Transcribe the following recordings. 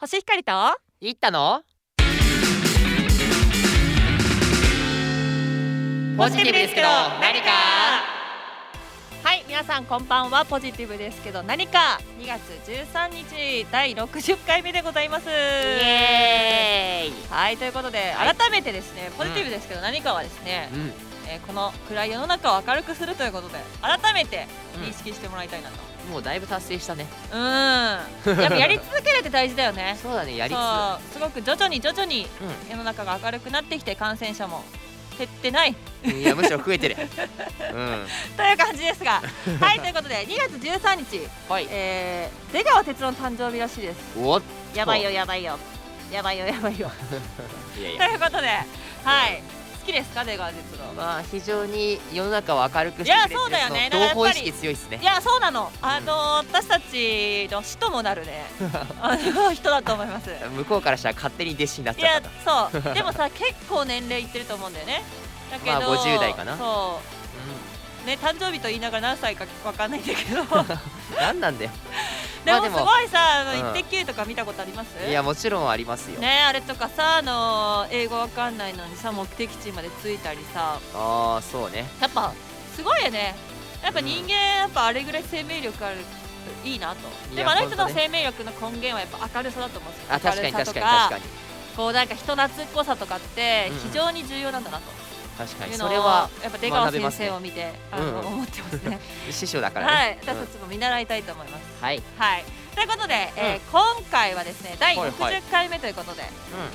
星光と行ったのポジティブですけど何かはい皆さんこんばんはポジティブですけど何か2月13日第60回目でございますイエーイはいということではい改めてですねポジティブですけど何かはですね、うんえーこの暗い世の中を明るくするということで改めて認識してもらいたいなともうだいぶ達成したねうん やっぱやり続けるって大事だよねそうだねやりつそうすごく徐々に徐々につ世の中が明るくなってきて感染者も減ってないうんいやむしろ増え てるうんという感じですが はいということで2月13日、はいえー、出川哲朗の誕生日らしいですおっやばいよやばいよや ばいよやばいよいやいとやいうことではい好きですか出川哲朗まあ非常に世の中を明るくしてくれいてやそうだよねだかそのらやっぱり同胞意識強いですねいやそうなのあの、私たちの師ともなる ねあの人だと思いますい向こうからしたら勝手に弟子になっちゃやった そうでもさ結構年齢いってると思うんだよねだけど、まあ50代かなそううんね誕生日と言いながら何歳かわかんないんだけ ど何なんだよでまあもですもごいさ「あのうんイッテ Q!」とか見たことありますいやもちろんありますよねあれとかさあの英語わかんないのにさ目的地まで着いたりさああそうねやっぱすごいよねやっぱ人う間やっぱあれぐらい生命力あるいいなといでやもあの人の本当ね生命力の根源はやっぱ明るさだと思うんですよあ確かに明るさ確とかに確かにこうなんか人懐っこさとかってうんうん非常に重要なんだなと、確かいにうそのをれはやっぱ出川学べま先すね生を見て、あのうん思ってますね師 匠だからねはい私うんたちも見習いたいと思います、はいはいということで、えー今回はですね第はいはい60回目ということで、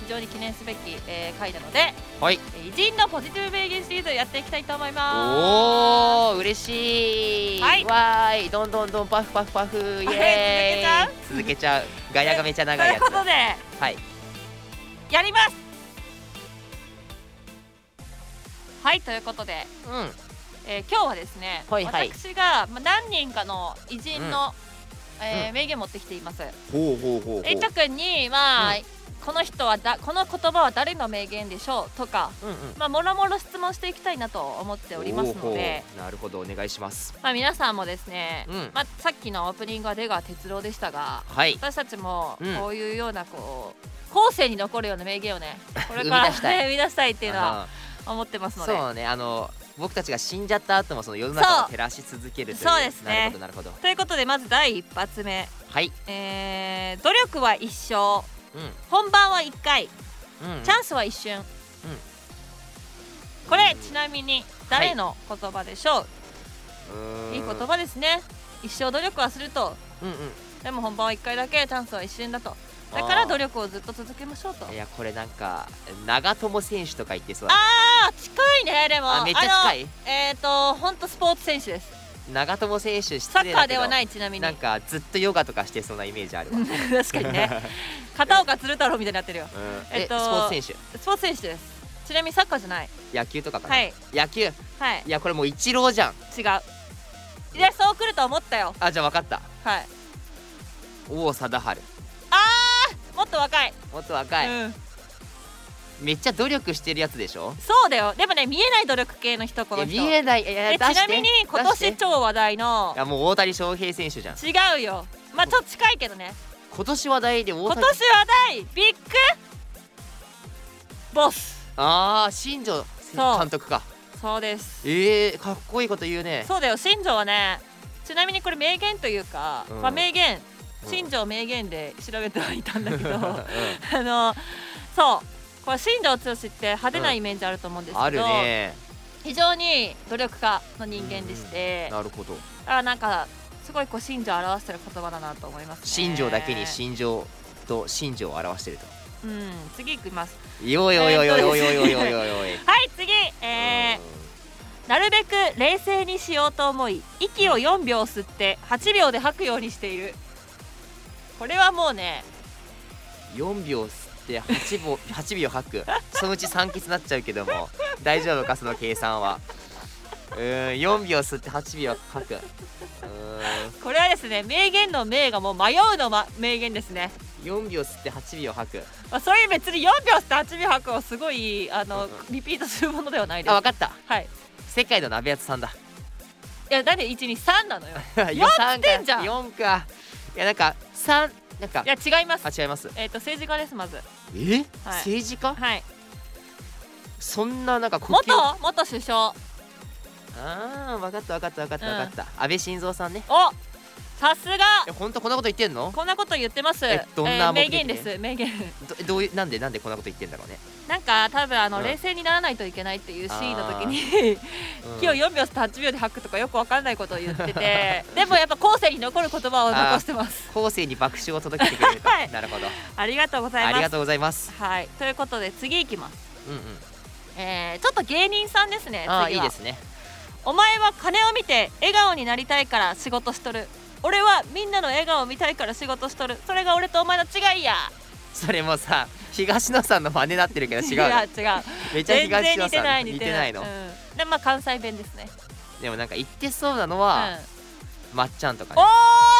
非常に記念すべき、えー回なのでうんはいえー偉人のポジティブ名言シリーズやっていきたいと思います。おお嬉しい、はいわーいどんどんどんパフパフパフイエーイあれ続けちゃうガヤがめちゃと長いいう やことつではいやりますはいということで、うんえー今日はですね、はいはい私がまあ何人かの偉人の、えーうん名言持ってきています。ほうほうほうえいちょくんに、まあうこの人はだこの言葉は誰の名言でしょうとか、うんうんまあ、もろもろ質問していきたいなと思っておりますので。ほうほうなるほどお願いしますまあ、皆さんもですね、うんまあ、さっきのオープニングは出川哲朗でしたがはい私たちもうんこういうようなこう後世に残るような名言を ねこれか生みら出したいね生み出したいっていうのはあ思ってますーのでそうねあの僕たちが死んじゃった後もその世の中を照らし続けるというそうですねなるほどなるほどということでまず第一発目、はいえー努力は一生うん本番は一回うんチャンスは一瞬、これちなみに誰の言葉でしょう、うんい、い言葉ですね一生努力はするとうんうんでも本番は一回だけチャンスは一瞬だとだから努力をずっと続けましょうといやこれなんか長友選手とか言ってそうだあー近いねでもあめっちゃ近いいえっ、と本当スポーツ選手です長友選手サッカーではいないちなみになんかずっとヨガとかしてそうなイメージあるわ、うん 確かに ね片岡鶴太郎みたいになってるよええっとスポーツ選スポーツ選手ですちなみにサッカーじゃない手野球とかかな、はい野球いはいやこれもうイチローじゃん違ういやそうくると思ったよあじゃあ分かったはい王貞治もっと若い、もっと若い、うん、めっちゃ努力してるやつでしょそうだよでもね見えない努力系の人このいや人見えないいやでいちや出しなてみに今出して年超話題のいやもう大谷翔平選手じゃん違うよまあちょっと近いけどね今年話題で大今谷年話題ビッグボスああ新庄そう監督かそうですえー、かっこいいこと言うねそうだよ新庄はねちなみにこれ名言というか、うんまあ名言うん新庄名言で調べてはいたんだけど、 うんあのそうこれ新庄剛志って派手なイメージあると思うんですけど、あるね非常に努力家の人間でして、なるほどだからなんかすごいこう新庄を表してる言葉だなと思います、ね、新庄だけに新庄と新庄を表してるとうん次いきますよいよいよいよいよいよいよいよいよいはい次えー、なるべく冷静にしようと思い息を4秒吸って8秒で吐くようにしているこれはもうね4秒吸って8秒 ,8 秒吐くそのうち3欠になっちゃうけども大丈夫かその計算はうーん4秒吸って8秒吐くうーこれはですね名言の名がもう迷うの、ま、名言ですね、ん4秒吸って8秒吐くまあ、そういう別に4秒って8秒拍をすごいあうのんリピートするものではないであす分かったはい世界の鍋やつさ んだいやなんで123なのよ4つってんじゃん4かいやなんか3なんかいや違いますあ違いますえっ、と政治家ですまずえ、はい政治家はいそんななんか呼吸元元首相ああ分かった分かった分かった分かった、安倍晋三さんねおさすがえ本当こんなこと言ってんのこんなこと言ってますえどんなー名目的で言です名言どどういうなんでなんでこんなこと言ってんだろうね、なんか多分あの、うん冷静にならないといけないっていうシーンの時に うん木を4秒吸って8秒で吐くとかよくわかんないことを言って てでもやっぱ後世に残る言葉を残してます後世に爆笑を届けてくれると、はいなるほどありがとうございあますりがとうございますはいということで次いきますうんうんえー、ちょっと芸人さんですねああー次いいはですねお前は金を見て笑顔になりたいから仕事しとる俺はみんなの笑顔を見たいから仕事しとるそれが俺とお前の違いやそれもさ東野さんの真似になってる けど違うの違う違うめちゃ全東然野似てさないん似似ててなないいのうんでまあ関西弁ですねでもなんか言ってそうなのは、まっちゃんとかうん、おね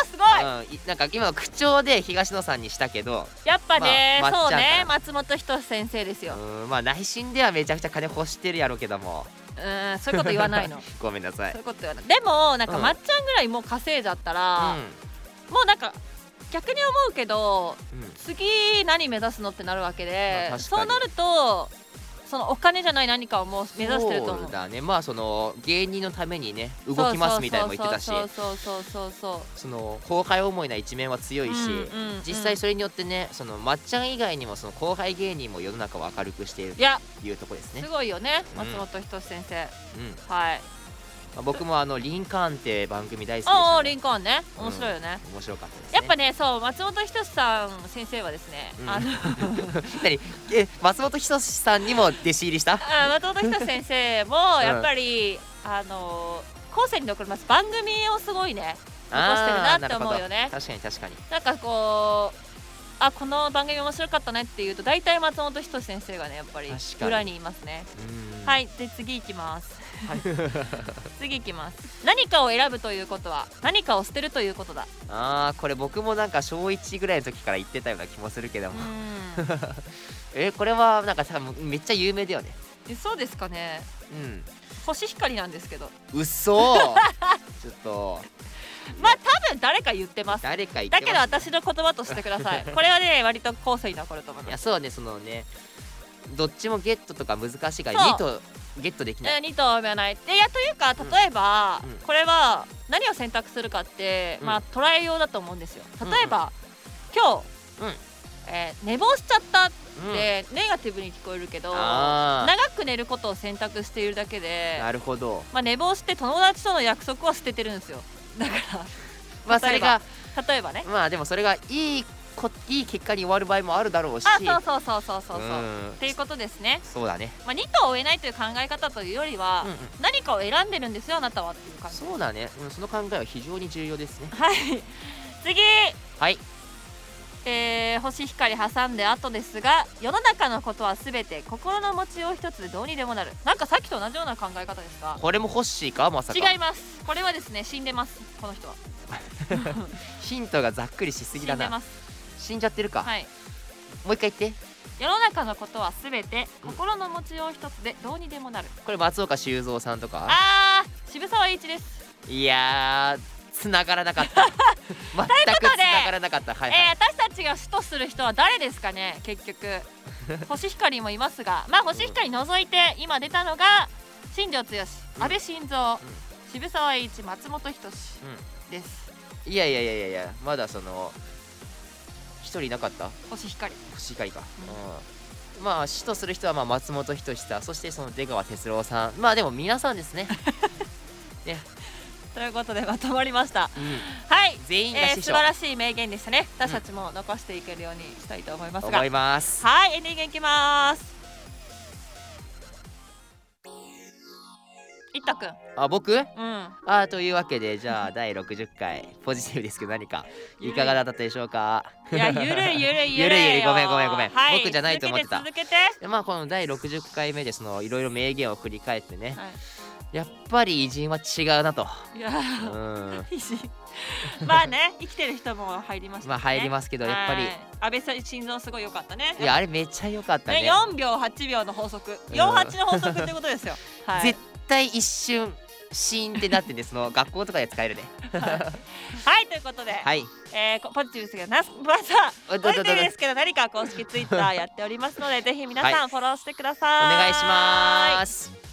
ーすごい、うんい、なんか今の口調で東野さんにしたけどやっぱね、まあそうねま松本人志先生ですうよんまあ内心ではめちゃくちゃ金欲してるやろうけどもうんそういうこと言わないのそ ごめんなさいういうこと言わないでもなんかうんまっちゃんぐらいもう稼いじゃったうら、んもうなんか逆に思うけどうん次何目指すのってなるわけで、まあ確そかうになるとそのお金じゃない何かをもう目指してると思そううだねまあその芸人のためにね動そうきますみたいなのも言ってたしそうそうそうそうそうその後輩思いな一面は強いし、うんうんうん実際それによってねそのまっちゃん以外にもその後輩芸人も世の中を明るくしているいやというところですねす、ごいよね、うん松本人志先生うんはいまあ、僕もあのリンカーンって番組大好きでしああた、リね、ンコーンね面白いよね、面白かったです、ね、やっぱね、そう松本人志さん先生はですね、うんあの何え松本人志さんにも弟子入りしたあ松本人志先生もんやっぱり、あの後世に残ります番組をすごいね残してるあーなって思うよねなるほど確かに確かになんかこうあこの番組面白かったねっていうと大体松本人志先生がねやっぱり確かに裏にいますねうんはいで次いきます、 次いきます何かを選ぶということは何かを捨てるということだあーこれ僕もなんか小1ぐらいの時から言ってたような気もするけどうも、ん えこれはなんか多分めっちゃ有名だよねえそうですかねうん星光なんですけどうっそ ーちょっとまあ多分誰か言ってます誰か言ってだますけど私の言葉としてくださいこれはね割と後世に残ると思いいまやすそうねそのねどっちもゲットとか難しいからそう2とゲットできない2頭目はないでいやというかうん例えば、うんこれは何を選択するかって、うんまあ捉えようだと思うんですよ例えば、今日、うんえー寝坊しちゃったっうんて、ネガティブに聞こえるけど長あく寝ることを選択しているだけあで、なるほどまあ、寝坊して友達との約束は捨ててるんですよだか まあそれがら例えばねまあでもそれがいいこいい結果に終わる場合もあるだろうしあそうそうそうそうそうそう、っんていうことですね、そうだねまあ、2頭を追えないという考え方というよりは、うんうん何かを選んでるんですよあなたはっていう感じそうだね、うん、その考えは非常に重要ですねはい次はいえー星光挟んで後ですが世の中のことは全て心の持ちよう一つでどうにでもなるなんかさっきと同じような考え方ですかこれも欲しいかまさか違いますこれはですね死んでますこの人はヒントがざっくりし死すんぎでだなます死んじゃってるか、はいもう一回言って世の中のことは全て心の持ちよう一つでどうにでもなるこれ松岡修造さんとかあー渋沢栄一です、いやー繋がらな かった全く繋がらなかったはいはい、えー私たちが主とする人は誰ですかね結 局星光もいますがまあ星光除いて今出たのが新庄剛志うん安倍晋三、渋沢栄一松本人志ですうん、いやいやいやいやいやまだその一人いなかった星光星光か、うんまあ死とする人はまあ松本人志さんそしてその出川哲朗さんまあでも皆さんで すね、ということでまとまりましたうんはい、全員がえー師素晴匠、らしい名言でしたね私たちも残していけるようにしたいと思いますが、思いますはいエンディングいきますいったくんあ僕うんあというわけでじゃあ第60回ポジティブですけど何かいかがだったでしょうかいやゆるいゆるい ゆるいゆるいよごめんごめんごめんはい、僕じゃないと思ってた続けて続けてでまあこの第60回目でそのいろいろ名言を振り返ってねはやっぱり偉人は違うなとい、いやうーんいいしまあね生きてる人も入りましたねまあ入りますけどやっぱはりい安倍さん心臓すごい良かったねいやあれめっちゃ良かったね、ね 4秒8秒の法則48の法則ってことですよ、はい、絶対一瞬シーンってなってねその学校とかで使えるねはいということで、はいえーこポジティブですけどなすまさおポどジどどティブですけど何か公式ツイッターやっておりますのでぜひ皆さんフォローしてください、お願いします